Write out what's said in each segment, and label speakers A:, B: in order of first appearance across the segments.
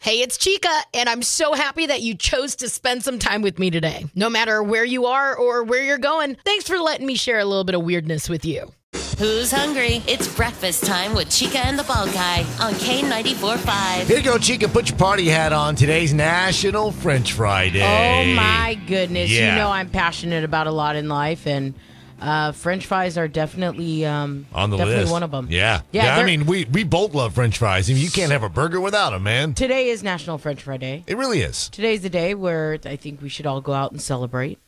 A: Hey, it's Chica, and I'm so happy that you chose to spend some time with me today. No matter where you are or where you're going, thanks for letting me share a little bit of weirdness with you.
B: Who's hungry? It's breakfast time with Chica and the Ball Guy on K94.5.
C: Here you go, Chica. Put your party hat on. Today's National French Fry Day.
A: Oh my goodness.
C: Yeah.
A: You know I'm passionate about a lot in life and uh, french fries are definitely um
C: On the
A: definitely
C: list.
A: one of them.
C: Yeah.
A: Yeah,
C: I
A: they're-
C: mean, we, we both love French fries. I mean, you can't have a burger without them, man.
A: Today is National French Fry Day.
C: It really is.
A: Today's the day where I think we should all go out and celebrate.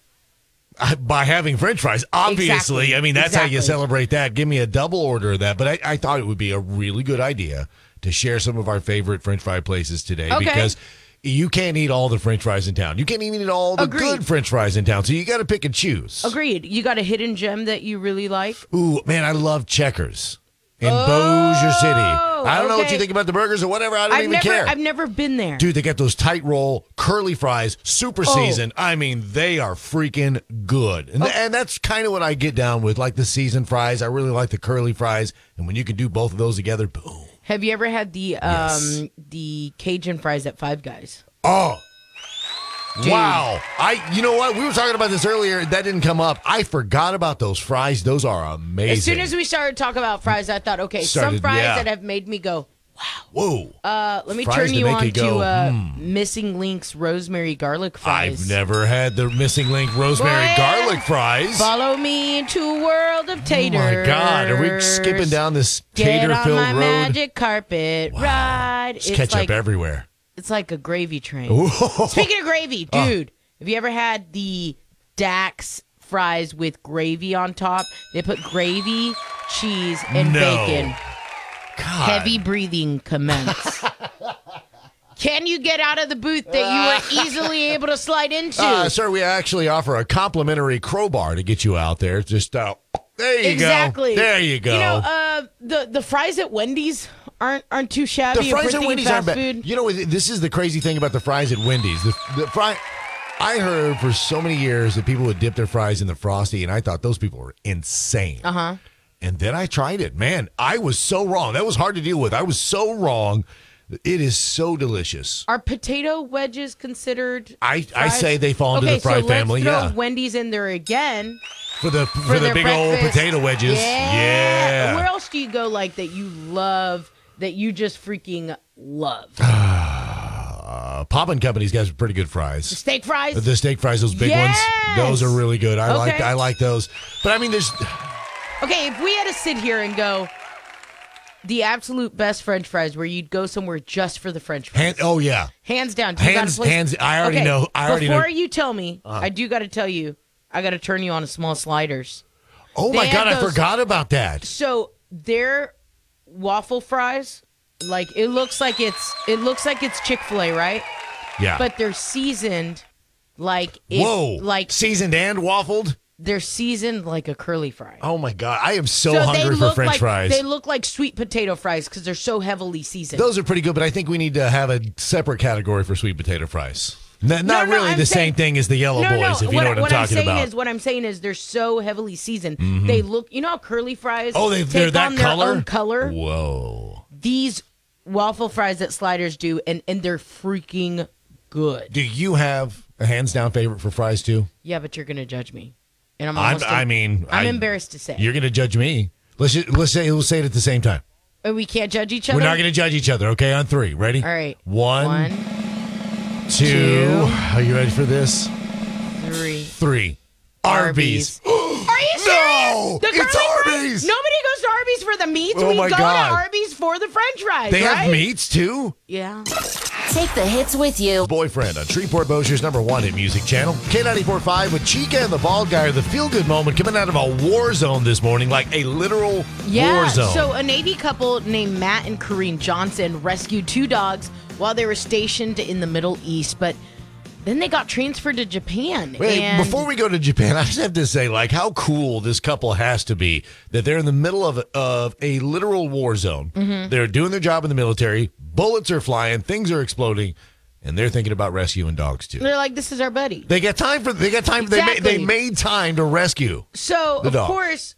C: I, by having French fries, obviously.
A: Exactly.
C: I mean, that's how you
A: Exactly.
C: celebrate that. Give me a double order of that. But I, I thought it would be a really good idea to share some of our favorite French fry places today
A: Okay.
C: because you can't eat all the French fries in town. You can't even eat all the
A: Agreed.
C: good French fries in town. So you got to pick and choose.
A: Agreed. You got a hidden gem that you really like?
C: Ooh, man, I love checkers in Bossier City. I don't know what
A: Oh, okay.
C: you think about the burgers or whatever. I don't
A: I've
C: even
A: never
C: care.
A: I've never been there.
C: Dude, they got those tight roll curly fries, super
A: Oh.
C: seasoned. I mean, they are freaking good. And, th- and that's kind of what I get down with, like the seasoned fries. I really like the curly fries. And when you can do both of those together, boom.
A: Have you ever had the um
C: Yes.
A: the Cajun fries at Five Guys?
C: Oh. Wow. I you know what? We were talking about this earlier. That didn't come up. I forgot about those fries. Those are amazing.
A: As soon as we started talking about fries, I thought, okay, some
C: Started-
A: fries
C: yeah.
A: that have made me go.
C: Whoa.
A: Uh, let me
C: Fries
A: turn
C: that
A: you
C: make
A: on
C: you go, Hmm.
A: to uh, Missing Link's rosemary garlic fries.
C: I've never had the missing link rosemary
A: What?
C: garlic fries.
A: Follow me into a world of
C: Oh
A: taters.
C: my god, are we skipping down this
A: Get
C: tater
A: on
C: filled
A: my
C: road?
A: magic carpet ride.
C: There's ketchup
A: like
C: everywhere.
A: it's like a gravy train. Speaking of gravy,
C: Uh.
A: dude, have you ever had the Dax fries with gravy on top? They put gravy, cheese, and
C: No.
A: bacon.
C: God.
A: Heavy breathing commence. Can you get out of the booth that you
C: Ah.
A: were easily able to slide into?
C: Uh, sir, we actually offer a complimentary crowbar to get you out there. Just uh, there you
A: exactly.
C: go. There you go.
A: You know, uh, the the fries at Wendy's aren't aren't too shabby.
C: the
A: if we're
C: fries at
A: thinking
C: Wendy's
A: fast
C: aren't bad.
A: food.
C: You know, this is the crazy thing about the fries at Wendy's. The, the fry. I heard for so many years that people would dip their fries in the frosty, and I thought those people were insane. Uh
A: Uh-huh.
C: huh. And then I tried it. Man, I was so wrong. That was hard to deal with. I was so wrong. It is so delicious.
A: Are potato wedges considered?
C: I, I
A: fries?
C: say they fall into
A: okay,
C: the fry
A: so
C: family.
A: Let's throw
C: Yeah.
A: Wendy's in there again
C: For the for, the
A: their
C: big old
A: breakfast.
C: potato wedges.
A: Yeah.
C: Yeah.
A: Where else do you go like that you love that you just freaking love?
C: Ah. Uh, Pop and Company's got some pretty good fries.
A: Steak fries.
C: The steak fries, those big
A: Yes!
C: ones, those are really good. I like
A: Okay.
C: I like those. But I mean, there's
A: Okay, if we had to sit here and go the absolute best French fries, where you'd go somewhere just for the French fries,
C: hand, oh yeah,
A: hands down. do you got a
C: hands-
A: place-
C: hands- I already
A: Okay,
C: know- I already know. Uh-huh.
A: before you tell me, I do got to tell you, I got to turn you on to small sliders.
C: oh
A: They
C: my
A: have
C: god, I
A: those-
C: forgot about that.
A: So their waffle fries, like it looks like it's it looks like it's Chick Fil A, right?
C: Yeah,
A: But they're seasoned, like it,
C: whoa,
A: like
C: seasoned and waffled.
A: they're seasoned like a curly fry.
C: Oh my god, I am so,
A: they
C: hungry for
A: look
C: French
A: like,
C: fries.
A: They look like sweet potato fries because they're so heavily seasoned.
C: those are pretty good, but I think we need to have a separate category for sweet potato fries. N- not
A: no,
C: really
A: I'm
C: the
A: saying-
C: same thing as the yellow boys, if you know what, I'm talking
A: saying
C: about. Mm-hmm.
A: Is, what I'm saying is they're so heavily seasoned. They look, you know how curly fries
C: oh, they,
A: take
C: they're that
A: on their
C: color.
A: own color?
C: Whoa.
A: These waffle fries that sliders do, and, and they're freaking good.
C: Do you have a hands down favorite for fries too?
A: Yeah, but you're going to judge me. And I'm
C: I'm,
A: almost,
C: I mean,
A: I'm
C: I-
A: embarrassed to say.
C: You're going to judge me. Let's ju- let's say let's say it at the same time.
A: And we can't judge each other?
C: We're not going to judge each other. Okay, on three. Ready?
A: All right.
C: One,
A: One,
C: two.
A: two.
C: Are you ready for this?
A: three.
C: Three. Arby's.
A: Are you
C: No,
A: serious? The
C: it's
A: curly fries?
C: Arby's.
A: Nobody goes to Arby's for the meats.
C: Oh
A: we
C: my
A: go
C: God.
A: to Arby's for the French fries.
C: They have
A: right?
C: meats too.
A: Yeah.
B: Take the hits with you.
C: Boyfriend on Shreveport Bossier's number one hit music channel. K945 with Chica and the Bald Guy are the feel good moment coming out of a war zone this morning, like a literal
A: Yeah.
C: war zone.
A: So a Navy couple named Matt and Corrine Johnson rescued two dogs while they were stationed in the Middle East, but then they got transferred to Japan.
C: Wait,
A: and
C: before we go to Japan, I just have to say, like, how cool this couple has to be that they're in the middle of of a literal war zone.
A: Mm-hmm.
C: They're doing their job in the military. Bullets are flying, things are exploding, and they're thinking about rescuing dogs too.
A: they're like, "This is our buddy."
C: They got time for they got time.
A: Exactly.
C: They made, they made time to rescue.
A: So
C: The
A: of
C: dog.
A: course,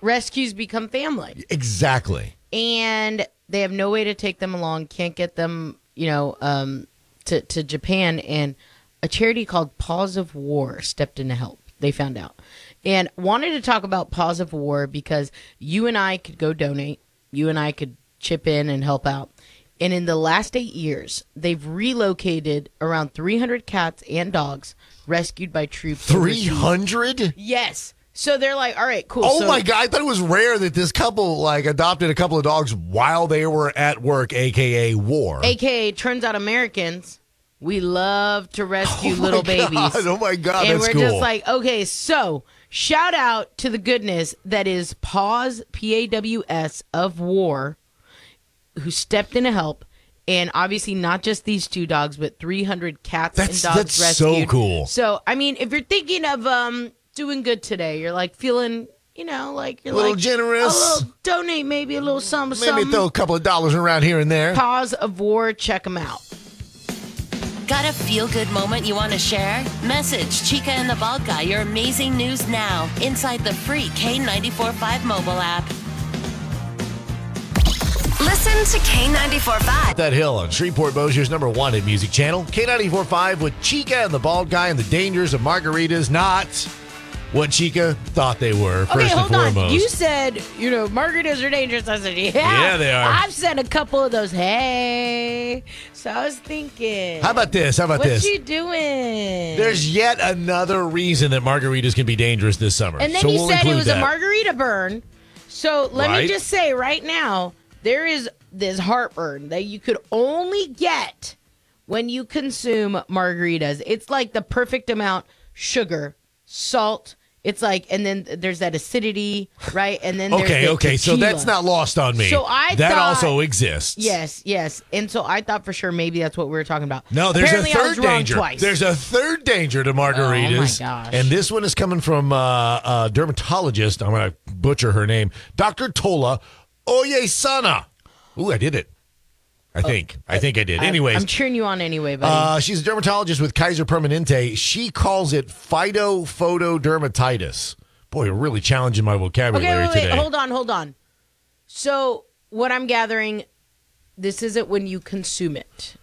A: rescues become family,
C: Exactly.
A: and they have no way to take them along. Can't get them. you know, um, to to Japan, and a charity called Pause of War stepped in to help. They found out, and wanted to talk about Pause of War because you and I could go donate. You and I could chip in and help out. And in the last eight years, they've relocated around 300 cats and dogs rescued by troops.
C: Three
A: overseas.
C: hundred.
A: Yes. So they're like, all right, cool.
C: Oh
A: so-
C: my god! I thought it was rare that this couple like adopted a couple of dogs while they were at work, aka war.
A: AKA turns out Americans, we love to rescue
C: Oh my
A: little
C: God.
A: babies.
C: Oh my god,
A: and
C: that's
A: we're
C: cool.
A: just like, okay, so shout out to the goodness that is Pause P A W S of War, who stepped in to help, and obviously not just these two dogs, but 300 cats
C: That's-
A: and dogs
C: that's so
A: rescued.
C: cool.
A: So I mean, if you're thinking of um doing good today, you're like feeling, you know, like you're
C: a little
A: like
C: generous.
A: a little donate maybe a little something,
C: Maybe
A: something.
C: throw a couple of dollars around here and there.
A: Pause of War, check them out.
B: Got a feel good moment you want to share? Message Chica and the Bald Guy your amazing news now inside the free K945 mobile app.
D: Listen to K945.
C: That Hill on Shreveport Bossier's number one hit music channel, K945 with Chica and the Bald Guy and the Dangers of Margaritas, not what Chica thought they were, first
A: Okay,
C: and
A: hold
C: foremost.
A: on. You said, you know, margaritas are dangerous. I said, yeah.
C: Yeah, they are.
A: I've said a couple of those, hey. So I was thinking.
C: How about this? How about
A: What
C: this?
A: you doing?
C: There's yet another reason that margaritas can be dangerous this summer.
A: and then
C: so
A: you
C: we'll
A: said it
C: include
A: was
C: that.
A: a margarita burn. So let
C: Right.
A: me just say right now, there is this heartburn that you could only get when you consume margaritas. It's like the perfect amount sugar, salt. It's like, and then there's that acidity, right? And then there's
C: Okay,
A: the
C: okay. So
A: tequila.
C: that's not lost on me.
A: So I
C: that
A: thought-
C: also exists.
A: Yes, yes. And so I thought for sure maybe that's what we were talking about.
C: No, there's
A: Apparently
C: a third
A: I was wrong
C: danger.
A: Twice.
C: There's a third danger to margaritas.
A: Oh, my gosh.
C: And this one is coming from uh, a dermatologist. I'm going to butcher her name, Dr. Tola Oyesana. Ooh, I did it. I think. I think I did.
A: Oh, I-
C: Anyways,
A: I'm cheering you on anyway, buddy.
C: uh, she's a dermatologist with Kaiser Permanente. She calls it phytophotodermatitis. Boy, you're really challenging my vocabulary
A: okay, wait, wait,
C: today.
A: hold on, hold on. So what I'm gathering, this isn't when you consume it.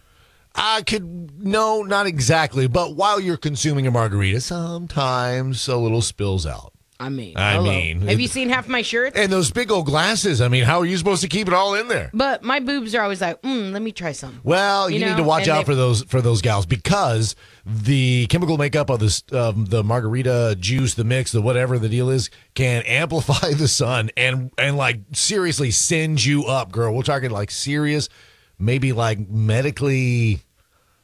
C: I could no, not exactly. But while you're consuming a margarita, sometimes a little spills out.
A: I mean,
C: I
A: hello.
C: mean-
A: have you seen half my shirts?
C: And those big old glasses. I mean, how are you supposed to keep it all in there?
A: But my boobs are always like, mm, let me try some.
C: Well, you,
A: You
C: need
A: know,
C: to watch
A: and
C: out
A: they-
C: for those for those gals because the chemical makeup of this um, the margarita juice, the mix, the whatever the deal is, can amplify the sun and and like seriously send you up, girl. We're talking like serious, maybe like medically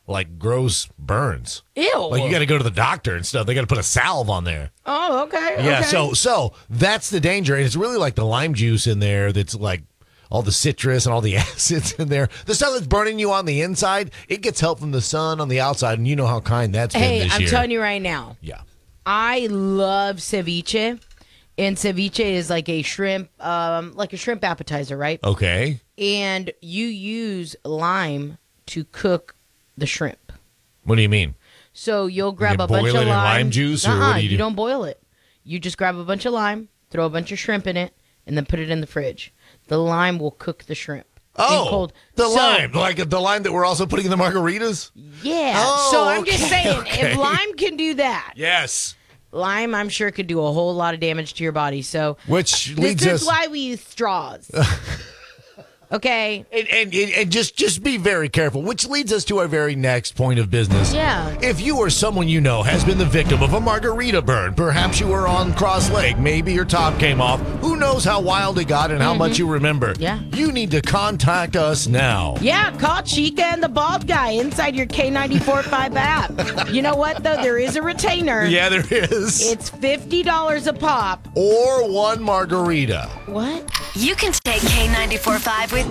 C: like gross burns.
A: Ew.
C: Like you got to go to the doctor and stuff. They got to put a salve on there.
A: oh, okay.
C: Yeah,
A: okay.
C: so so that's the danger. And it's really like the lime juice in there that's like all the citrus and all the acids in there. The stuff that's burning you on the inside, it gets help from the sun on the outside, and you know how kind that's been
A: hey,
C: this
A: I'm
C: year.
A: telling you right now.
C: yeah.
A: I love ceviche, and ceviche is like a shrimp, um, like a shrimp appetizer, right?
C: Okay.
A: And you use lime to cook the shrimp.
C: What do you mean?
A: So you'll grab
C: You
A: a bunch
C: boil
A: of
C: it in
A: lime,
C: lime juice, or what
A: Nuh-uh,
C: do you do?
A: not boil it. You just grab a bunch of lime, throw a bunch of shrimp in it, and then put it in the fridge. The lime will cook the shrimp. in
C: Oh,
A: cold.
C: the
A: So-
C: lime, like the lime that we're also putting in the margaritas.
A: Yeah.
C: Oh,
A: so I'm just
C: okay,
A: saying,
C: okay.
A: if lime can do that,
C: Yes,
A: lime I'm sure could do a whole lot of damage to your body. So
C: which
A: This
C: leads
A: is
C: us.
A: why we use straws. okay.
C: and, and, and and just just be very careful, which leads us to our very next point of business.
A: Yeah.
C: If you or someone you know has been the victim of a margarita burn, perhaps you were on Cross Lake, maybe your top came off, who knows how wild it got and how much you remember.
A: Mm-hmm. Yeah.
C: You need to contact us now.
A: Yeah, call Chica and the bald guy inside your K945 app. You know what, though? There is a retainer.
C: Yeah, there is.
A: It's $50 a pop.
C: Or one margarita.
A: What?
D: You can take K945 with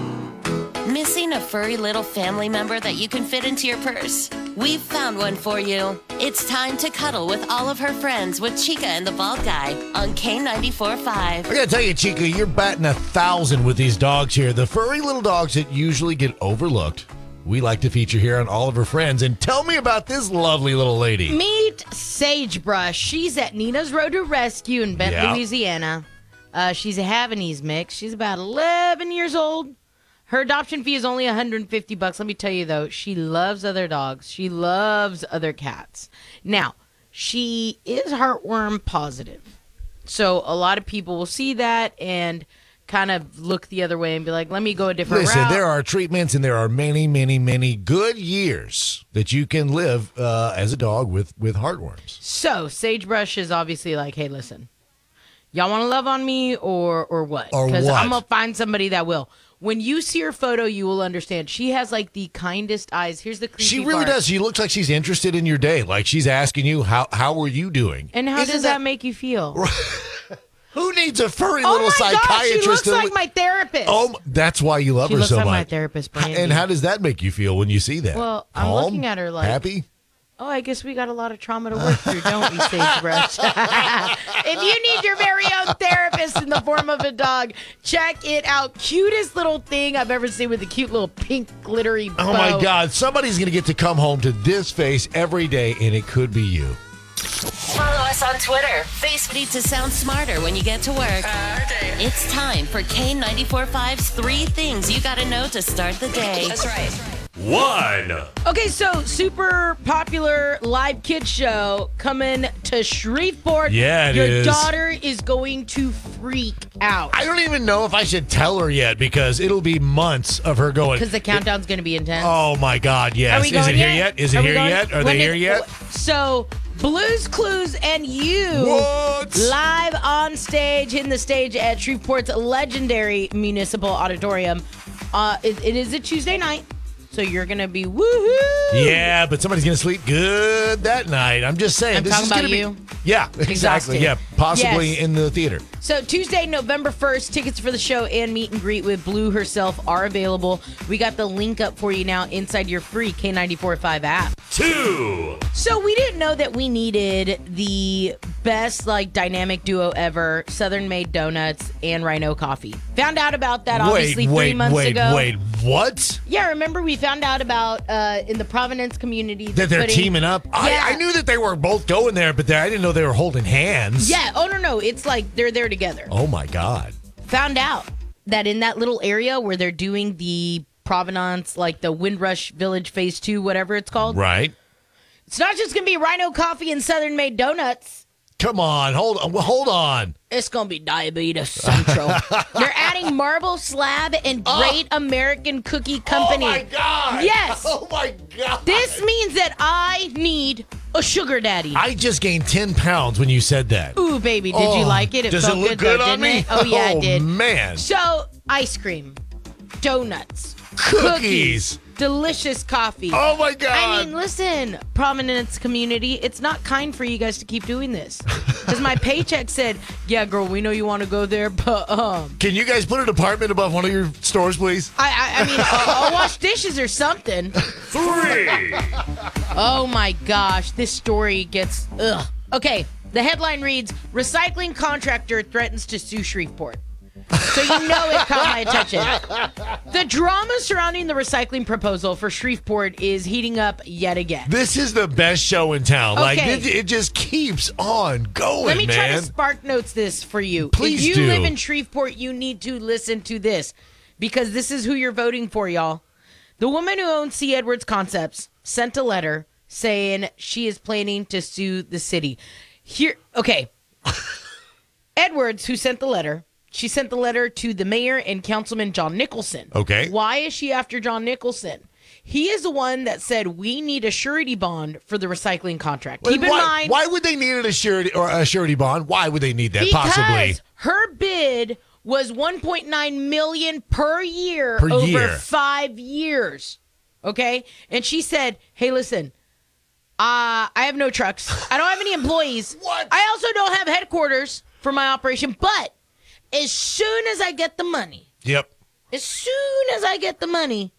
B: Missing a furry little family member that you can fit into your purse? We've found one for you. It's time to cuddle with all of her friends with Chica and the Bald Guy on K945.
C: I gotta tell you, Chica, you're batting a thousand with these dogs here. The furry little dogs that usually get overlooked. We like to feature here on All of Her Friends. And tell me about this lovely little lady.
A: Meet Sagebrush. She's at Nina's Road to Rescue in Bent,
C: Yeah.
A: Louisiana. Uh, she's a Havanese mix. She's about 11 years old. Her adoption fee is only 150 bucks. Let me tell you though, she loves other dogs. She loves other cats. Now, she is heartworm positive. So a lot of people will see that and kind of look the other way and be like, "Let me go a different
C: Listen,
A: route."
C: there are treatments and there are many, many, many good years that you can live uh, as a dog with with heartworms.
A: so Sagebrush is obviously like, "Hey, listen, y'all want to love on me or or what?
C: Or what?
A: I'm gonna find somebody that will." When you see her photo, you will understand. She has like the kindest eyes. Here's the creepy
C: She really
A: part.
C: does. She looks like she's interested in your day. Like she's asking you how how are you doing?
A: And how
C: Isn't
A: does that, make you feel?
C: Who needs a furry
A: oh
C: little
A: my gosh,
C: psychiatrist?
A: she looks
C: to
A: like
C: look-
A: my therapist.
C: Oh, m- that's why you love
A: She
C: her
A: looks
C: so
A: like
C: much.
A: my therapist,
C: H- And
A: Brandy.
C: how does that make you feel when you see that?
A: Well, I'm
C: Calm?
A: looking at her like-
C: happy.
A: Oh, I guess we got a lot of trauma to work through, don't we, Sagebrush? if you need your very own therapist in the form of a dog, check it out. Cutest little thing I've ever seen with a cute little pink glittery bow.
C: Oh my God! Somebody's gonna get to come home to this face every day, and it could be you.
B: Follow us on Twitter. Facebook need to sound smarter when you get to
E: Uh,
B: work. It's time for K945's three things you gotta know to start the day.
E: That's right.
F: One.
A: Okay, so super popular live kid show coming to Shreveport.
C: Yeah, it
A: Your
C: is.
A: daughter is going to freak out.
C: I don't even know if I should tell her yet because it'll be months of her going.
A: Because the countdown's going to be intense.
C: Oh my God!
A: Are
C: Yes,
A: we
C: is
A: going
C: it here yet? Is it
A: Are we
C: here
A: going-
C: yet? Are
A: when
C: they
A: is-
C: here yet?
A: So, Blues Clues and you
C: What?
A: live on stage, in the stage at Shreveport's legendary Municipal Auditorium. Uh, it, it is a Tuesday night, so you're gonna be woohoo!
C: Yeah, but somebody's gonna sleep good that night. I'm just saying.
A: I'm
C: this
A: talking
C: is gonna
A: about
C: be-
A: you.
C: Yeah, exactly.
A: Exhausted.
C: Yeah, possibly
A: Yes.
C: in the theater.
A: So Tuesday, November 1st, tickets for the show and meet and greet with Blue herself are available. We got the link up for you now inside your free K945 app.
F: Two.
A: So we didn't know that we needed the best like dynamic duo ever, Southern Made Donuts and Rhino Coffee. Found out about that obviously
C: wait,
A: three
C: wait,
A: months
C: wait,
A: ago.
C: wait. What?
A: Yeah, remember we found out about uh, in the Providence community
C: That they're
A: putting-
C: teaming up.
A: Yeah.
C: I, I knew that they were both going there, but they, I didn't know they were holding hands.
A: Yeah. Oh no, no, it's like they're there together.
C: Oh my God.
A: found out that in that little area where they're doing the provenance, like the Windrush Village Phase Two, whatever it's called,
C: Right.
A: it's not just gonna be Rhino Coffee and Southern Made Donuts.
C: Come on. Hold on. Hold on.
A: It's gonna be Diabetes Central. they're adding Marble Slab and Great American Cookie Company.
C: Oh my God.
A: Yes.
C: Oh my God.
A: This means that I need a sugar daddy.
C: I just gained ten pounds when you said that.
A: Ooh, baby, did you
C: Oh,
A: like it? It
C: does
A: felt
C: it look
A: good,
C: good,
A: though,
C: on
A: didn't
C: me?
A: it? Oh yeah,
C: oh,
A: it did.
C: Man,
A: So ice cream, donuts,
C: Cookies.
A: delicious coffee.
C: oh my god!
A: I mean, listen, prominence community, it's not kind for you guys to keep doing this. Because my paycheck said, yeah, girl, we know you want to go there, but um,
C: Can you guys put an apartment above one of your stores, please?
A: I, I, I mean, I'll, I'll wash dishes or something.
F: Three.
A: Oh my gosh, this story gets ugh. Okay, the headline reads: Recycling contractor threatens to sue Shreveport. So you know it caught my attention. The drama surrounding the recycling proposal for Shreveport is heating up yet again.
C: This is the best show in town. Like
A: Okay.
C: it, it just keeps on going,
A: Let me
C: man.
A: try to spark notes this for you.
C: Please
A: if you
C: do.
A: live in Shreveport, you need to listen to this because this is who you're voting for, y'all. The woman who owns C. Edwards Concepts sent a letter saying she is planning to sue the city. Here, okay. Edwards, who sent the letter, she sent the letter to the mayor and councilman John Nicholson.
C: Okay.
A: Why is she after John Nicholson? He is the one that said we need a surety bond for the recycling contract. Keep in
C: why,
A: mind.
C: why would they need a surety or a surety bond? Why would they need that?
A: Because
C: possibly.
A: her bid was 1.9 million per year
C: Per
A: over
C: year.
A: 5 years. Okay? And she said, "Hey, listen. Uh, I have no trucks. I don't have any employees.
C: What?
A: I also don't have headquarters for my operation, but as soon as I get the money,
C: Yep.
A: as soon as I get the money,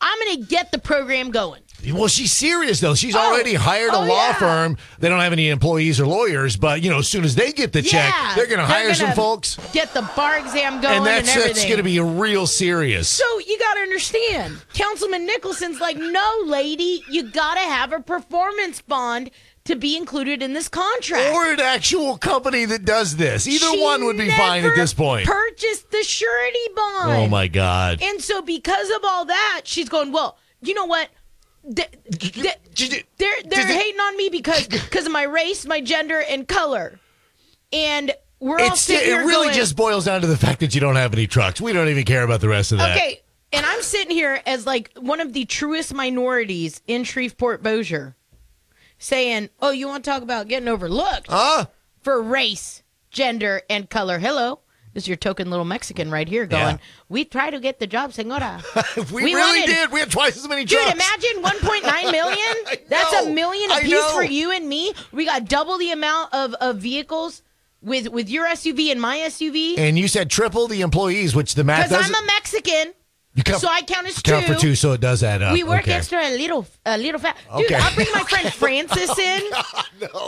A: I'm going to get the program going."
C: Well, she's serious though. She's
A: Oh.
C: already hired a
A: Oh,
C: law
A: yeah.
C: firm. They don't have any employees or lawyers, but you know, as soon as they get the
A: Yeah.
C: check, they're going to hire some
A: gonna
C: folks,
A: Get the bar exam
C: and
A: going and,
C: that's that's
A: everything.
C: going to be real serious.
A: So you got to understand, Councilman Nicholson's like, no, lady, you got to have a performance bond to be included in this contract.
C: Or an actual company that does this. Either
A: She
C: one would be fine at
A: never
C: this point.
A: Purchased the surety bond.
C: oh my God.
A: And so because of all that, she's going, well, you know what? Th- th- they're they're
C: Does it-
A: hating on me because because of my race, my gender, and color. And we're all
C: It's,
A: sitting
C: it
A: here
C: really
A: going,
C: just boils down to the fact that you don't have any trucks. We don't even care about the rest of that.
A: okay. And I'm sitting here as like one of the truest minorities in Shreveport Bossier saying, Oh, you want to talk about getting overlooked
C: Huh?
A: for race, gender, and color. Hello. This is your token little Mexican right here going,
C: Yeah.
A: We try to get the job, senora.
C: If we,
A: We
C: really
A: wanted-
C: did. We had twice as many
A: Dude,
C: trucks.
A: imagine 1.9 million.
C: I
A: That's a
C: know.
A: million
C: I
A: apiece
C: know.
A: for you and me. We got double the amount of, of vehicles with with your SUV and my SUV
C: and you said triple the employees, which the math
A: because
C: doesn't.
A: I'm a Mexican,
C: you count,
A: so I count as
C: count
A: two.
C: for two, so it does add up.
A: We work
C: Uh, okay.
A: extra a little, a little fast. Dude,
C: Okay.
A: I'll bring my friend Francis in.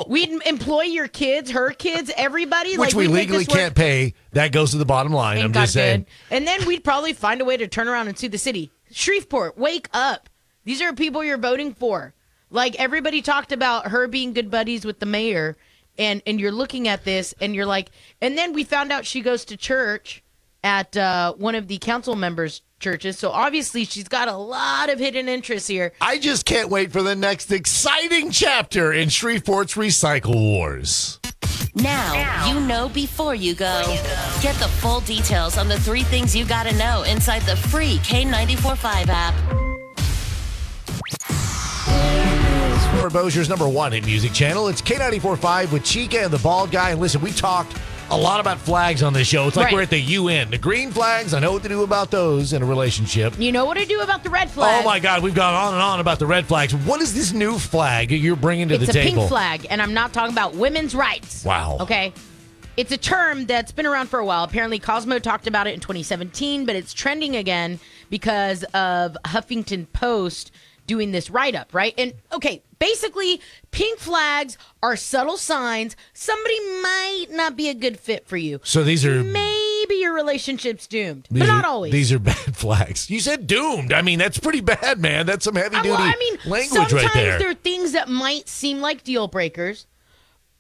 A: We'd employ your kids, her kids, everybody.
C: Which
A: like,
C: we
A: we'd make
C: legally
A: this work.
C: can't pay. That goes to the bottom line.
A: Thank
C: I'm
A: God
C: just saying.
A: good. And then we'd probably find a way to turn around and sue the city. Shreveport, wake up. These are people you're voting for. Like everybody talked about her being good buddies with the mayor and and you're looking at this and you're like and then we found out she goes to church at uh, one of the council members churches. So obviously she's got a lot of hidden interests here.
C: I just can't wait for the next exciting chapter in Shreveport's Recycle Wars.
B: Now, you know before you go. Get the full details on the three things you gotta know inside the free K945 app.
C: For Bossier's number one hit music channel, it's K945 with Chica and the Bald Guy. And listen, we talked a lot about flags on this show. It's like
A: Right.
C: we're at the UN. The green flags, I know what to do about those in a relationship.
A: You know what to do about the red flag.
C: Oh my God, we've gone on and on about the red flags. What is this new flag you're bringing to
A: it's
C: the
A: a
C: table?
A: pink flag, and I'm not talking about women's rights.
C: Wow.
A: Okay. It's a term that's been around for a while. Apparently, Cosmo talked about it in 2017, but it's trending again because of Huffington Post doing this write up, right? And okay, basically, pink flags are subtle signs somebody might not be a good fit for you.
C: So these are
A: Maybe your relationship's doomed,
C: these
A: but not
C: are-
A: always.
C: These are bad flags. You said doomed. I mean, that's pretty bad, man. That's some heavy
A: Uh,
C: duty
A: well, I mean,
C: language
A: sometimes
C: right there.
A: there are things that might seem like deal breakers,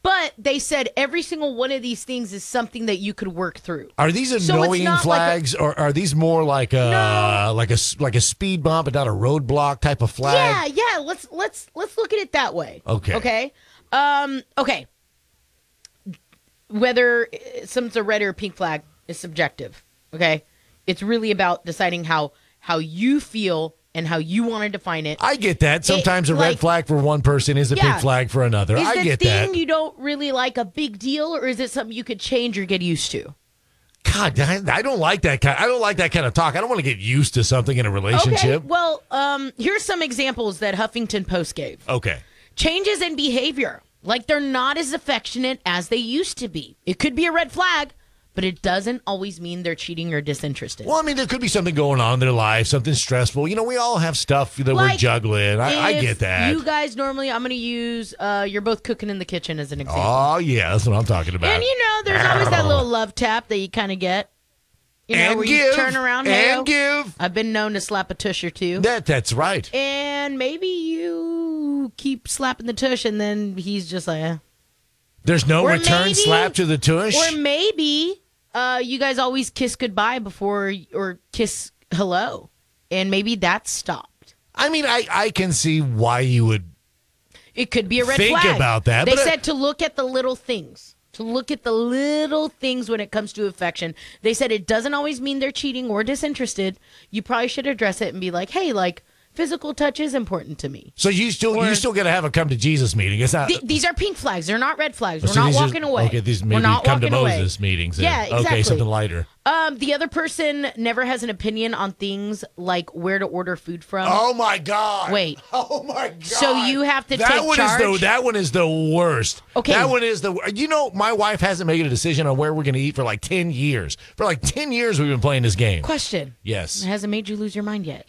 A: but they said every single one of these things is something that you could work through.
C: Are these
A: it's not
C: annoying
A: like a-
C: flags, or are these more like a like a s- like a speed bump and not a roadblock type of
A: Yeah,
C: flag?
A: yeah. Let's let's let's look at it that way.
C: Okay.
A: Okay. Um. Okay. Whether uh, something's a red or a pink flag is subjective. Okay. It's really about deciding how how you feel and how you want to define it.
C: I get that. Sometimes a red
A: like-
C: flag for one person is a
A: Yeah.
C: pink flag for another.
A: Is
C: I
A: the
C: get
A: thing
C: that.
A: you don't really like a big deal, or is it something you could change or get used to?
C: God, I, I don't like that kind. I don't like that kind of talk. I don't want to get used to something in a
A: Okay.
C: relationship.
A: Well, um, here's some examples that Huffington Post gave.
C: okay.
A: Changes in behavior, like they're not as affectionate as they used to be. It could be a red flag, but it doesn't always mean they're cheating or disinterested.
C: Well, I mean, there could be something going on in their life, something stressful. You know, we all have stuff that we're
A: Like,
C: juggling. I, I
A: If
C: get that.
A: You guys normally, I'm going to use uh, you're both cooking in the kitchen as an example.
C: oh yeah, that's what I'm talking about.
A: and you know, there's always that little love tap that you kind of get. You know,
C: and
A: where
C: give
A: you turn around. "Heyo."
C: and give.
A: I've been known to slap a tush or two.
C: That that's right.
A: and maybe you keep slapping the tush, and then he's just like, eh.
C: There's no
A: Or
C: return
A: maybe-
C: slap to the tush.
A: or maybe uh, you guys always kiss goodbye before or kiss hello, and maybe that's stopped.
C: I mean, I I can see why you would.
A: It could be a red
C: Think
A: flag.
C: about that,
A: They
C: but uh, I-
A: said to look at the little things. To look at the little things when it comes to affection. They said it doesn't always mean they're cheating or disinterested. You probably should address it and be like, "Hey, like physical touch is important to me."
C: So you still you still gotta have a come to Jesus meeting. It's not.
A: Th- these are pink flags. They're not red flags. We're
C: so
A: not
C: these are-
A: walking away.
C: Okay, these
A: We're
C: maybe
A: not
C: come to
A: walking away.
C: Moses meetings. then.
A: Yeah,
C: Okay,
A: exactly.
C: something lighter.
A: Um, the other person never has an opinion on things like where to order food from.
C: Oh my God!
A: Wait.
C: Oh my God!
A: So you have to
C: that
A: take
C: one is
A: charge?
C: the that one is the worst.
A: Okay.
C: that one is the. You know, my wife hasn't made a decision on where we're going to eat for like ten years. For like ten years, we've been playing this game.
A: Question.
C: Yes.
A: Hasn't made you lose your mind yet.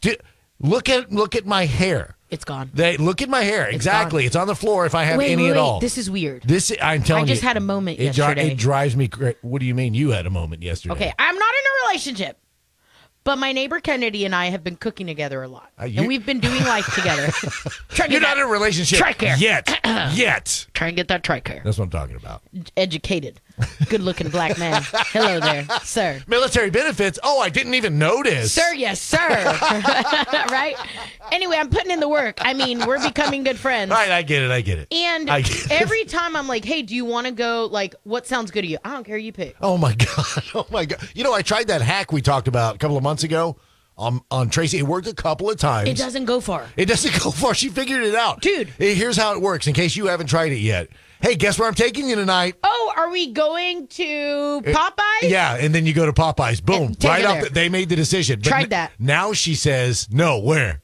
C: Do- look at look at my hair.
A: It's gone.
C: They look at my hair. exactly.
A: gone.
C: It's on the floor if I have
A: wait,
C: any
A: wait,
C: at
A: wait.
C: all.
A: This is weird.
C: This I'm telling
A: I
C: you.
A: just had a moment
C: it dri-
A: yesterday.
C: it drives me cra What do you mean you had a moment yesterday?
A: okay, I'm not in a relationship, But my neighbor Kennedy and I have been cooking together a lot,
C: Uh, you-
A: and we've been doing life together. try and
C: You're
A: get
C: not
A: that,
C: in a relationship
A: Tricare.
C: yet. yet.
A: try and get that tricare.
C: That's what I'm talking about.
A: Educated, good-looking black man. Hello there, sir.
C: Military benefits. Oh, I didn't even notice.
A: Sir, yes, sir. right? Anyway, I'm putting in the work. I mean, we're becoming good friends.
C: All right, I get it. I get it.
A: And
C: I get it.
A: every time I'm like, hey, do you want to go? Like, what sounds good to you? I don't care. You pick.
C: Oh my god! Oh my god! You know, I tried that hack we talked about a couple of months ago um, on Tracy. It worked a couple of times.
A: It doesn't go far.
C: It doesn't go far. She figured it out,
A: Dude.
C: Eh, Here's how it works. In case you haven't tried it yet. Hey, guess where I'm taking you tonight?
A: Oh, are we going to Popeyes?
C: Uh,
A: Eh,
C: Yeah, and then you go to Popeyes. Boom!
A: take
C: right
A: her
C: off.
A: there.
C: The, they made the decision. But
A: Tried
C: n-
A: that.
C: Now she says no. Where?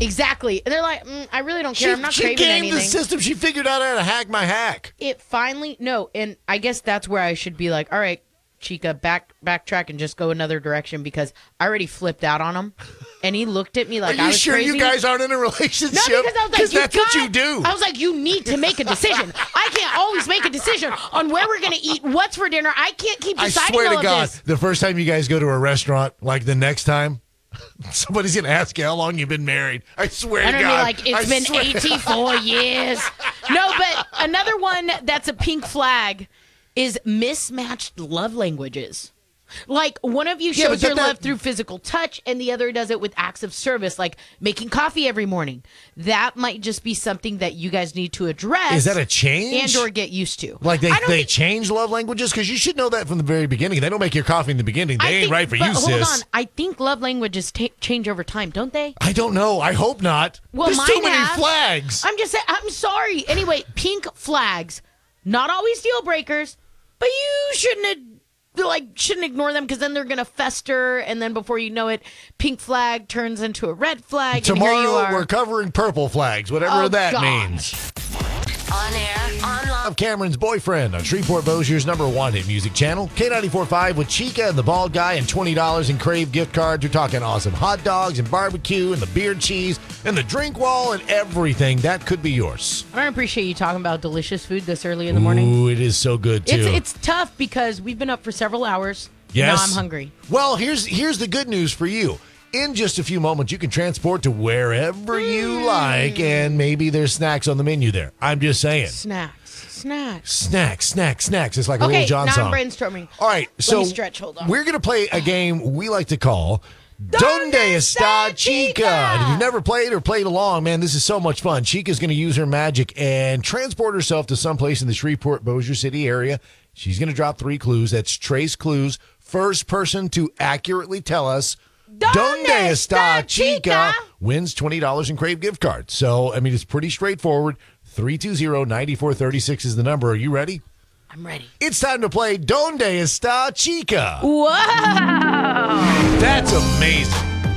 A: Exactly. And they're like, mm, I really don't care.
C: she
A: I'm not
C: she
A: craving
C: gamed
A: anything.
C: the system. She figured out how to hack my hack.
A: it finally no, and I guess that's where I should be like, all right, Chica, back backtrack and just go another direction because I already flipped out on him, and he looked at me
C: Are
A: like, I
C: you
A: was
C: sure
A: crazy.
C: you guys aren't in a relationship?
A: No, because I was like, you
C: that's what you
A: got-
C: do.
A: I was like, you need to make a decision. I can't always make a decision on where we're gonna eat, what's for dinner. I can't keep
C: I
A: deciding
C: swear
A: all
C: to
A: of
C: God,
A: this.
C: the first time you guys go to a restaurant, like the next time, somebody's gonna ask you how long you've been married. I swear
A: And
C: to
A: I'm gonna
C: God,
A: be like, it's
C: I
A: been
C: swear-
A: 84 years. No, but another one that's a pink flag is mismatched love languages. Like one of you
C: Yeah, but
A: shows
C: that-
A: your
C: that-
A: love through physical touch, and the other does it with acts of service, like making coffee every morning. That might just be something that you guys need to address.
C: Is that a change?
A: and or get used to?
C: like they
A: I don't
C: they
A: think-
C: change love languages because you should know that from the very beginning. They don't make your coffee in the beginning. They
A: I
C: ain't
A: think-
C: right for
A: but
C: you,
A: hold
C: sis.
A: on. I think love languages ta change over time, don't they?
C: I don't know. I hope not.
A: Well,
C: There's too
A: mine
C: many
A: have.
C: flags.
A: I'm just saying. I'm sorry. Anyway, pink flags, not always deal breakers, but you shouldn't ag- like shouldn't ignore them because then they're gonna fester, and then before you know it, pink flag turns into a red flag. and here you
C: Tomorrow
A: are.
C: we're covering purple flags, whatever
A: Oh,
C: that
A: gosh.
C: means.
D: On air, online.
C: Of Cameron's boyfriend on Shreveport Bossier's number one hit music channel, K945 with Chica and the Bald Guy and $20 in Crave gift cards. You're talking awesome hot dogs and barbecue and the beer cheese and the drink wall and everything. That could be yours.
A: I don't appreciate you talking about delicious food this early in the morning.
C: Ooh, it is so good too.
A: It's it's tough because we've been up for several hours.
C: Yes.
A: Now I'm hungry.
C: Well, here's here's the good news for you. In just a few moments, you can transport to wherever
A: Mm.
C: you like, and maybe there's snacks on the menu there. I'm just saying.
A: Snacks. Snacks.
C: Snacks, snacks, snacks. It's like a
A: Okay,
C: little John
A: now
C: song.
A: I'm brainstorming.
C: All right, so
A: me stretch, hold on.
C: we're gonna play a game we like to call Donde está Chica? And if you've never played or played along, man, this is so much fun. Chica's gonna use her magic and transport herself to someplace in the Shreveport Bossier City area. She's gonna drop three clues. That's trace clues. First person to accurately tell us Donde está Chica wins $20 in Crave gift cards. So, I mean, it's pretty straightforward. 320 9436 is the number. Are you ready?
A: I'm ready.
C: It's time to play Donde Está Chica.
A: Whoa.
C: That's amazing.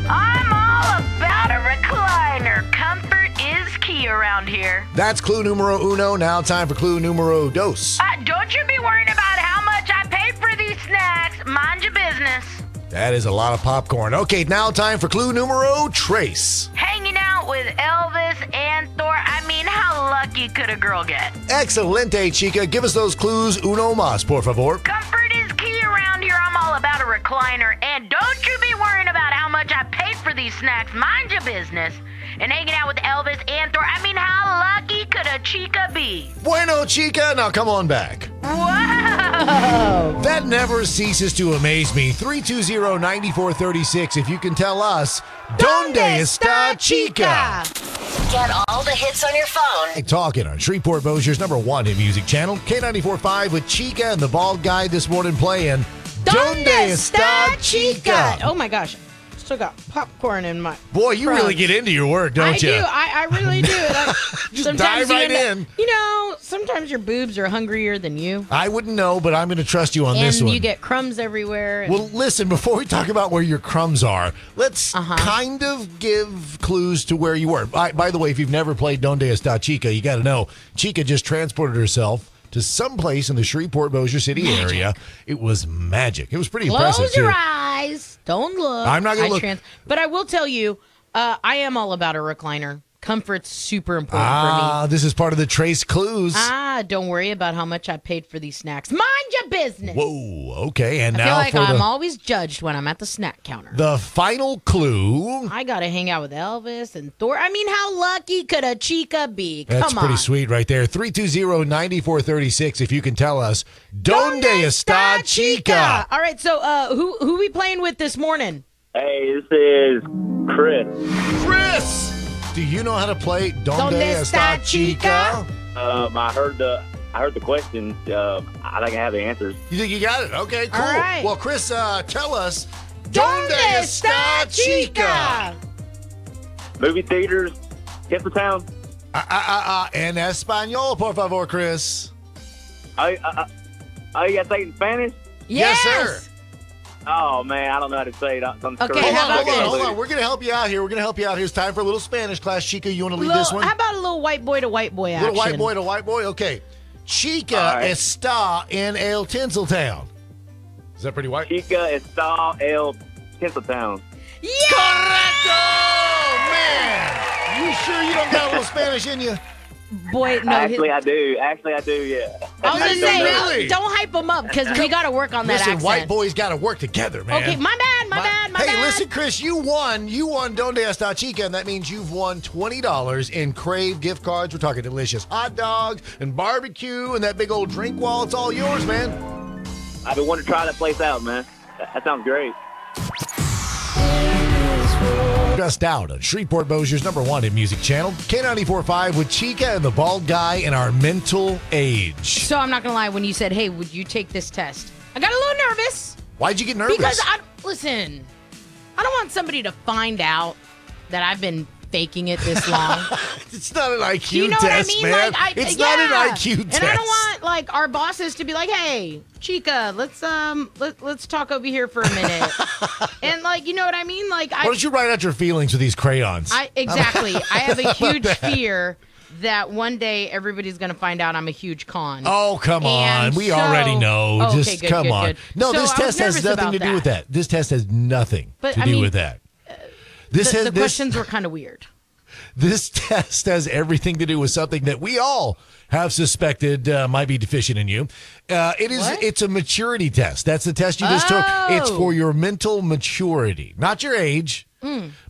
E: I'm all about a recliner. Comfort is key around here.
C: That's clue numero uno. Now time for clue numero dos.
E: Uh, don't you be worrying about how much I paid for these snacks. Mind your business.
C: That is a lot of popcorn. Okay, now time for clue numero trace.
E: Hanging out with Elvis and Thor. I mean, how lucky could a girl get?
C: Excelente, Chica. Give us those clues uno mas, por favor.
E: Comfort is key around here. I'm all about a recliner. And don't you be worrying about how much I paid for these snacks. Mind your business. And hanging out with Elvis and Thor. I mean, how lucky could a chica be?
C: Bueno, Chica. Now come on back.
E: Whoa!
C: That never ceases to amaze me. 320 9436. If you can tell us, Donde Está Chica?
D: Get all the hits on your phone.
C: Talking on Shreveport Bossier's number one hit music channel, K94.5 with Chica and the Bald Guy this morning playing Donde Está Chica?
A: Oh my gosh. Still got popcorn in my.
C: Boy, you
A: Crunch.
C: really get into your work, don't
A: I
C: you?
A: do. I, I really do. And I-
C: Just
A: sometimes
C: dive
A: you
C: right
A: end
C: in.
A: up- You know, sometimes your boobs are hungrier than you,
C: I wouldn't know, but I'm going to trust you on
A: and
C: this one.
A: you get crumbs everywhere. and-
C: well, listen, before we talk about where your crumbs are, let's
A: Uh-huh.
C: kind of give clues to where you were. By, by the way, if you've never played Donde Está Chica, you got to know Chica just transported herself to someplace in the Shreveport Bossier City area. It was magic. It was pretty
A: Close
C: impressive.
A: your
C: too.
A: eyes. Don't look.
C: I'm not gonna
A: I
C: look.
A: but I will tell you, uh, I am all about a recliner. Comfort's super important for me.
C: Ah, this is part of the trace clues.
A: Ah, don't worry about how much I paid for these snacks. Mind your business.
C: Whoa. Okay. And
A: I feel
C: now
A: like
C: for
A: I'm
C: the,
A: always judged when I'm at the snack counter.
C: the final clue.
A: I got to hang out with Elvis and Thor. I mean, how lucky could a chica be?
C: That's
A: Come
C: pretty
A: on.
C: sweet right there. 320-9436 if you can tell us. Donde está chica?
A: All right, so uh, who who we playing with this morning?
G: Hey, this is Chris.
C: Chris! Do you know how to play Donde,
A: Donde
C: está,
A: está
C: chica?
A: chica?
G: Um, I heard the I heard the question. Um, I think I have the answers.
C: You think you got it? Okay, cool.
A: All right.
C: Well, Chris, uh, tell us.
G: Movie theaters, Kiss the Town.
C: Ah, ah, ah, ah. En español, por favor, Chris.
G: I, I, I, I uh, oh, gotta say it in Spanish.
C: Yes,
A: Yes,
C: sir.
G: Oh man, I don't know how to say it. I'm
A: Okay,
C: Hold on,
A: how about
G: Korean.
C: hold on,
A: this?
C: hold on. We're going to help you out here. We're going to help you out here. It's time for a little Spanish class. Chica, you want to lead
A: Little-
C: this one?
A: How about a little white boy to white boy action?
C: Little white boy to white boy. Okay. Chica
G: All right.
C: está en el Tinseltown. Is that pretty white?
G: Chica está el Tinseltown.
C: Correcto, man. You sure you don't got a little Spanish in you?
A: Boy, no.
G: Actually,
A: hit-
G: I do. Actually, I do. Yeah.
A: I was gonna
C: Listen,
A: say,
C: really?
A: don't hype him up because we got to work on that
C: listen,
A: accent.
C: white boys got to work together, man.
A: Okay, my bad, my, bad, my
C: hey,
A: bad.
C: listen, Chris, you won. You won Donde Esta Chica, and that means you've won $20 in Crave gift cards. We're talking delicious hot dogs and barbecue and that big old drink wall. It's all yours, man.
G: I've been wanting to try that place out, man. That, that sounds great.
C: Just out on Shreveport Bossier's number one in music channel, K945 with Chica and the Bald Guy in our mental age.
A: So I'm not gonna lie. When you said, "Hey, would you take this test?" I got a little nervous
C: Why'd you get nervous?
A: because I listen. I don't want somebody to find out that I've been faking it this long.
C: It's not an IQ
A: Do you know
C: test,
A: what I mean?
C: man.
A: Like, I,
C: it's
A: yeah.
C: not an IQ test.
A: And I don't want like our bosses to be like, "Hey, Chica, let's um, let, let's talk over here for a minute." and like, you know what I mean? Like,
C: Why
A: I,
C: don't you write out your feelings with these crayons?
A: I exactly. I have a huge fear that one day everybody's going to find out I'm a huge con.
C: Oh come on!
A: And
C: We
A: so- Oh,
C: already know.
A: Okay,
C: Just
A: good,
C: come
A: good,
C: on.
A: good.
C: No,
A: So
C: this
A: I was
C: test has
A: nervous
C: nothing to
A: about
C: do with that. This test has nothing
A: But,
C: to
A: I
C: do
A: mean, uh,
C: with that. This
A: The,
C: has
A: the
C: this,
A: questions were kind of weird.
C: this test has everything to do with something that we all have suspected uh, might be deficient in you. Uh, it is
A: What?
C: it's a maturity test. That's the test you just took. It's
A: Oh. Hmm.
C: for your mental maturity, not your age,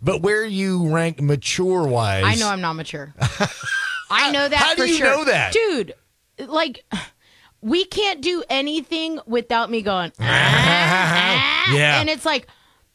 C: but where you rank mature wise.
A: I know I'm not mature. I know that.
C: How do
A: for
C: you
A: sure.
C: know that?
A: dude? Like, we can't do anything without me going. "Ah, ah,"
C: Yeah. Ah.
A: and it's like,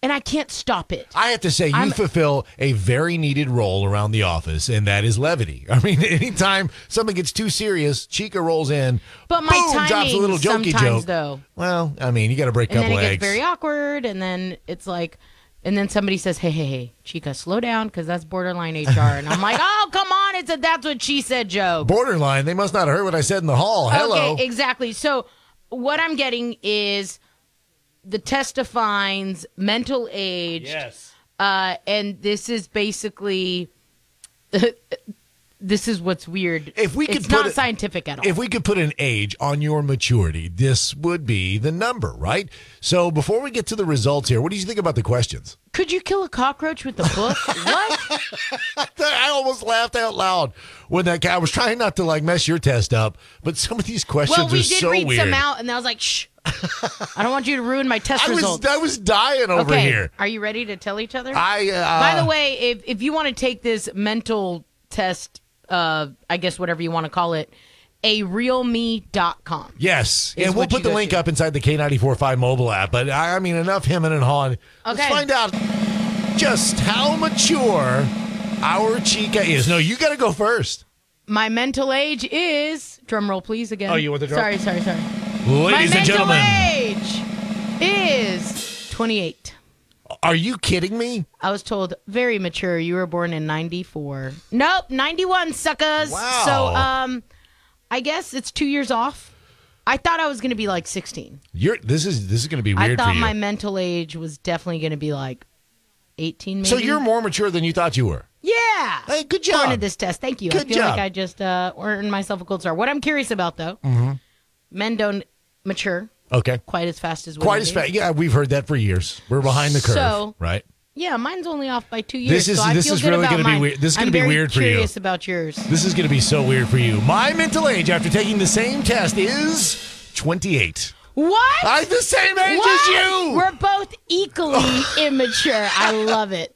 A: and I can't stop it.
C: I have to say, you
A: I'm-
C: fulfill a very needed role around the office, and that is levity. I mean, anytime something gets too serious, Chica rolls in.
A: But my
C: boom, drops a
A: timing
C: little jokey
A: sometimes
C: joke.
A: though,
C: Well, I mean, you got to break a
A: and then
C: couple
A: it
C: eggs.
A: gets very awkward, and then it's like. And then somebody says, "Hey, hey, hey, Chica, slow down, because that's borderline HR." And I'm like, "Oh, come on! It's a that's what she said joke."
C: Borderline. They must not have heard what I said in the hall. Hello.
A: Okay, exactly. So what I'm getting is the test defines mental age. Yes. Uh, and this is basically this is what's weird.
C: If we could
A: it's
C: put
A: not
C: it-
A: scientific at all.
C: if we could put an age on your maturity, this would be the number, right? So before we get to the results here, what do you think about the questions?
A: Could you kill a cockroach with a book? what?
C: I almost laughed out loud when that guy I was trying not to like mess your test up, but some of these questions
A: Well, we
C: are
A: did
C: so
A: read
C: weird.
A: some out, and I was like, "Shh, I don't want you to ruin my test
C: I
A: results."
C: was I was dying over
A: okay,
C: here.
A: are you ready to tell each other?
C: I uh,
A: By the way, if if you want to take this mental test, uh, I guess whatever you want to call it, a realme.com.
C: yes,
A: is
C: and we'll
A: what
C: put
A: you
C: the
A: go
C: link
A: to.
C: up inside the K ninety four five mobile app. But I, I mean, enough him and hawing. Let's
A: Okay.
C: find out just how mature our chica is. No, you got to go first,
A: My mental age is drum roll please again.
C: Oh, you want the drum-
A: Sorry, sorry, sorry. My
C: ladies
A: mental
C: and gentlemen.
A: age is 28.
C: Are you kidding me?
A: I was told very mature. You were born in 94. Nope, 91 suckers.
C: Wow.
A: So um I guess it's 2 years off. I thought I was going to be like 16.
C: You're this is this is going to be
A: I
C: weird for
A: thought
C: you.
A: my mental age was definitely going to be like 18 maybe.
C: so you're more mature than you thought you were.
A: Yeah.
C: Hey, good
A: I
C: job.
A: wanted this test. Thank you. I
C: Good
A: feel
C: job.
A: like I just uh, earned myself a gold star. What I'm curious about, though,
C: Mm-hmm.
A: men don't mature
C: Okay,
A: quite as fast as women
C: quite as
A: do.
C: fast. Yeah, we've heard that for years. We're behind the curve,
A: So-
C: right?
A: Yeah, mine's only off by two years.
C: This is-
A: so I
C: this
A: feel
C: is
A: good
C: really
A: about
C: gonna be
A: mine.
C: weird- this is gonna
A: I'm
C: be
A: very
C: weird for you.
A: Curious about yours.
C: This is going to be so weird for you. My mental age after taking the same test is 28.
A: What?
C: I'm the same age as
A: What?
C: you.
A: We're both equally immature. I love it.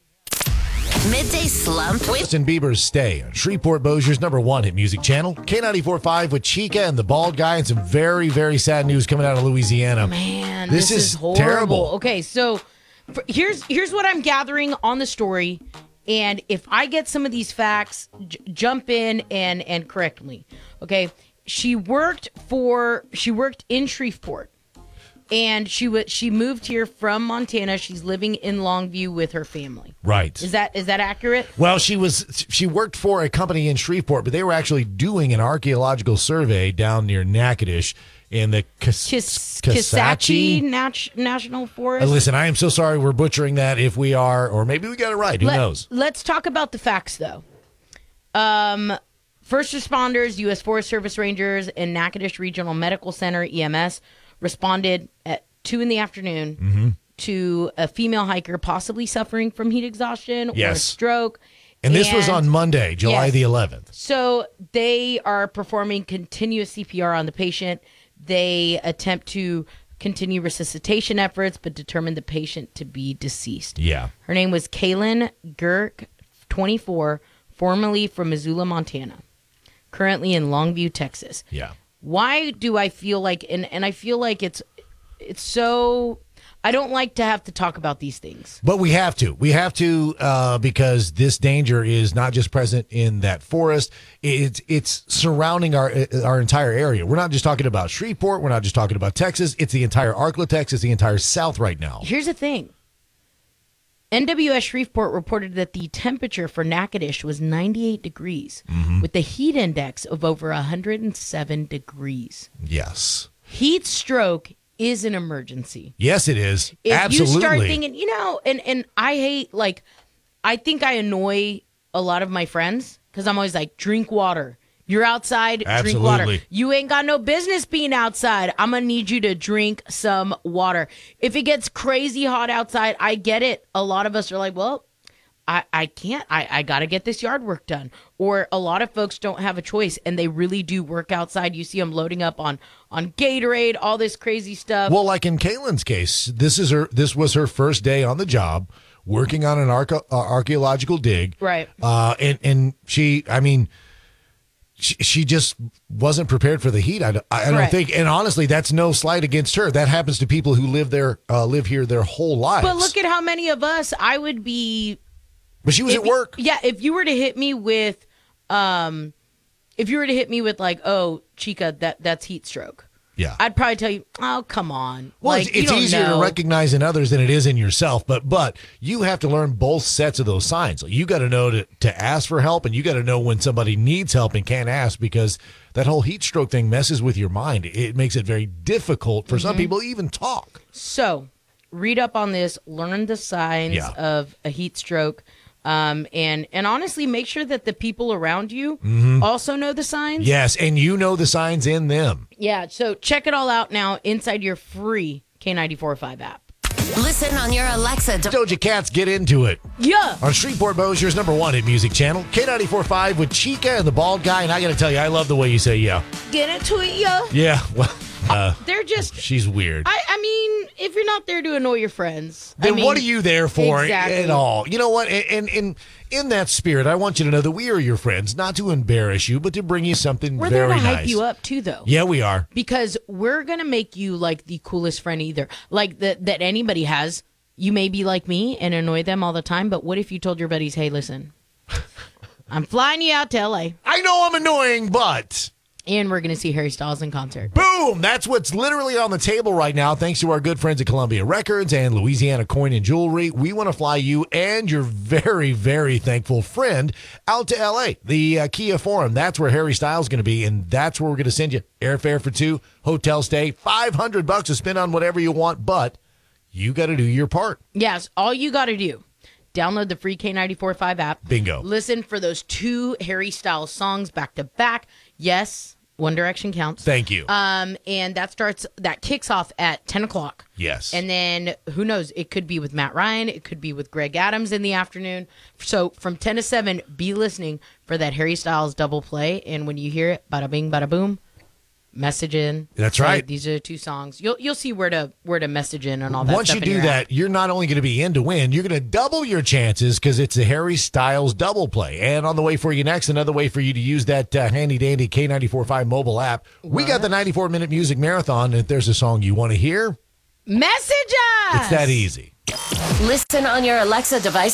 B: Midday slump with
C: Justin Bieber's Stay on Shreveport Bossier's number one hit music channel, K945 with Chica and the Bald Guy, and some very, very sad news coming out of Louisiana.
A: Man,
C: This
A: this,
C: is
A: is, horrible.
C: terrible.
A: Okay, so for, here's here's what I'm gathering on the story, and if I get some of these facts, j- jump in and and correct me. Okay, she worked for she worked in Shreveport, and she was she moved here from Montana. She's living in Longview with her family.
C: Right.
A: Is that is that accurate?
C: Well, she was she worked for a company in Shreveport, but they were actually doing an archaeological survey down near Natchitoches in the Kis-
A: Kis-
C: Kisatchee-
A: Kisachi Nat- National Forest.
C: Uh, Listen, I am so sorry we're butchering that if we are, or maybe we got it right. Who
A: Let,
C: knows?
A: Let's talk about the facts, though. Um, first responders, U.S. Forest Service Rangers, and Natchitoches Regional Medical Center (EMS) responded at two in the afternoon
C: Mm-hmm.
A: to a female hiker possibly suffering from heat exhaustion or a
C: Yes.
A: stroke.
C: And this was on Monday, July
A: Yes.
C: the 11th.
A: So they are performing continuous CPR on the patient. They attempt to continue resuscitation efforts, but determine the patient to be deceased.
C: Yeah.
A: Her name was Kaylin Girk, 24, formerly from Missoula, Montana, currently in Longview, Texas.
C: Yeah.
A: Why do I feel like and and I feel like it's it's so I don't like to have to talk about these things.
C: But we have to. We have to uh, because this danger is not just present in that forest. It's it's surrounding our uh, our entire area. We're not just talking about Shreveport. We're not just talking about Texas. It's the entire Arklatex. It's the entire South right now.
A: Here's the thing. NWS Shreveport reported that the temperature for Natchitoches was 98 degrees with the heat index of over 107 degrees.
C: Yes.
A: Heat stroke is an emergency.
C: Yes, it is.
A: if
C: Absolutely.
A: you start thinking, you know, and and I hate like, I think I annoy a lot of my friends because I'm always like, drink water. You're outside, drink water.
C: Absolutely.
A: You ain't got no business being outside. I'm gonna need you to drink some water. If it gets crazy hot outside, I get it. A lot of us are like, well. I, I can't I, I gotta get this yard work done or a lot of folks don't have a choice and they really do work outside you see them loading up on on gatorade all this crazy stuff
C: Well, like in Kaylin's case, this is her. This was her first day on the job, working on an arco- uh, archaeological dig.
A: Right.
C: Uh, and and she, I mean, she, she just wasn't prepared for the heat. I, don't- I don't
A: Correct.
C: think. And honestly, that's no slight against her. That happens to people who live there, uh, live here their whole lives.
A: But look at how many of us I would be
C: But she was
A: if
C: at
A: you-
C: work.
A: yeah, if you were to hit me with um if you were to hit me with like, "Oh, Chica, that that's heat stroke."
C: Yeah.
A: I'd probably tell you, "Oh, come on."
C: Well,
A: like,
C: it's,
A: you
C: it's
A: don't
C: easier
A: know.
C: to recognize in others than it is in yourself, but but you have to learn both sets of those signs. Like you got to know to to ask for help, and you got to know when somebody needs help and can't ask because that whole heat stroke thing messes with your mind. It makes it very difficult for
A: Mm-hmm.
C: some people to even talk.
A: So, read up on this, learn the signs
C: Yeah.
A: of a heat stroke. Um, and and honestly, make sure that the people around you
C: Mm-hmm.
A: also know the signs.
C: Yes, and you know the signs in them.
A: yeah. So check it all out now inside your free K945 app.
B: listen on your Alexa de-
C: Doja Cats get into it
A: Yeah.
C: on Shreveport Bossier's number one hit music channel K 945 with Chica and the bald guy. And I got to tell you, I love the way you say yeah,
A: Get into it, yeah.
C: yeah. Well, uh,
A: They're just
C: she's weird.
A: I, I mean, if you're not there to annoy your friends,
C: then
A: I mean,
C: what are you there for
A: Exactly.
C: at all? You know what? And, and, and in that spirit, I want you to know that we are your friends, not to embarrass you, but to bring you something
A: We're
C: very
A: there to
C: nice.
A: hype you up too, though.
C: Yeah, we are.
A: Because we're gonna make you like the coolest friend either, like that that anybody has. You may be like me and annoy them all the time, but what if you told your buddies, "Hey, listen, I'm flying you out to L.A.
C: I know I'm annoying, but
A: and we're gonna see Harry Styles in concert."
C: boom! That's what's literally on the table right now, thanks to our good friends at Columbia Records and Louisiana Coin and Jewelry. We want to fly you and your very, very thankful friend out to L.A. The uh, Kia Forum. That's where Harry Styles going to be, and that's where we're going to send you airfare for two, hotel stay, five hundred bucks to spend on whatever you want, but. You got to do your part.
A: Yes, all you got to do, download the free K945 app.
C: Bingo.
A: Listen for those two Harry Styles songs back to back. Yes, One Direction counts.
C: Thank you.
A: Um, and that starts that kicks off at ten o'clock.
C: yes.
A: And then who knows? It could be with Matt Ryan. It could be with Greg Adams in the afternoon. So from 10 to 7, be listening for that Harry Styles double play. And when you hear it, bada bing, bada boom, message in.
C: That's
A: Say,
C: right.
A: These are the two songs. You'll you'll see where to where to message in and all that.
C: Once
A: stuff
C: you
A: in
C: do
A: your app.
C: that, you're not only going to be in to win, you're going to double your chances because it's a Harry Styles double play. And on the way for you next, another way for you to use that uh, handy dandy K945 mobile app. We got the 94 minute music marathon. And if there's a song you want to hear,
A: message us.
C: it's that easy.
B: Listen on your Alexa device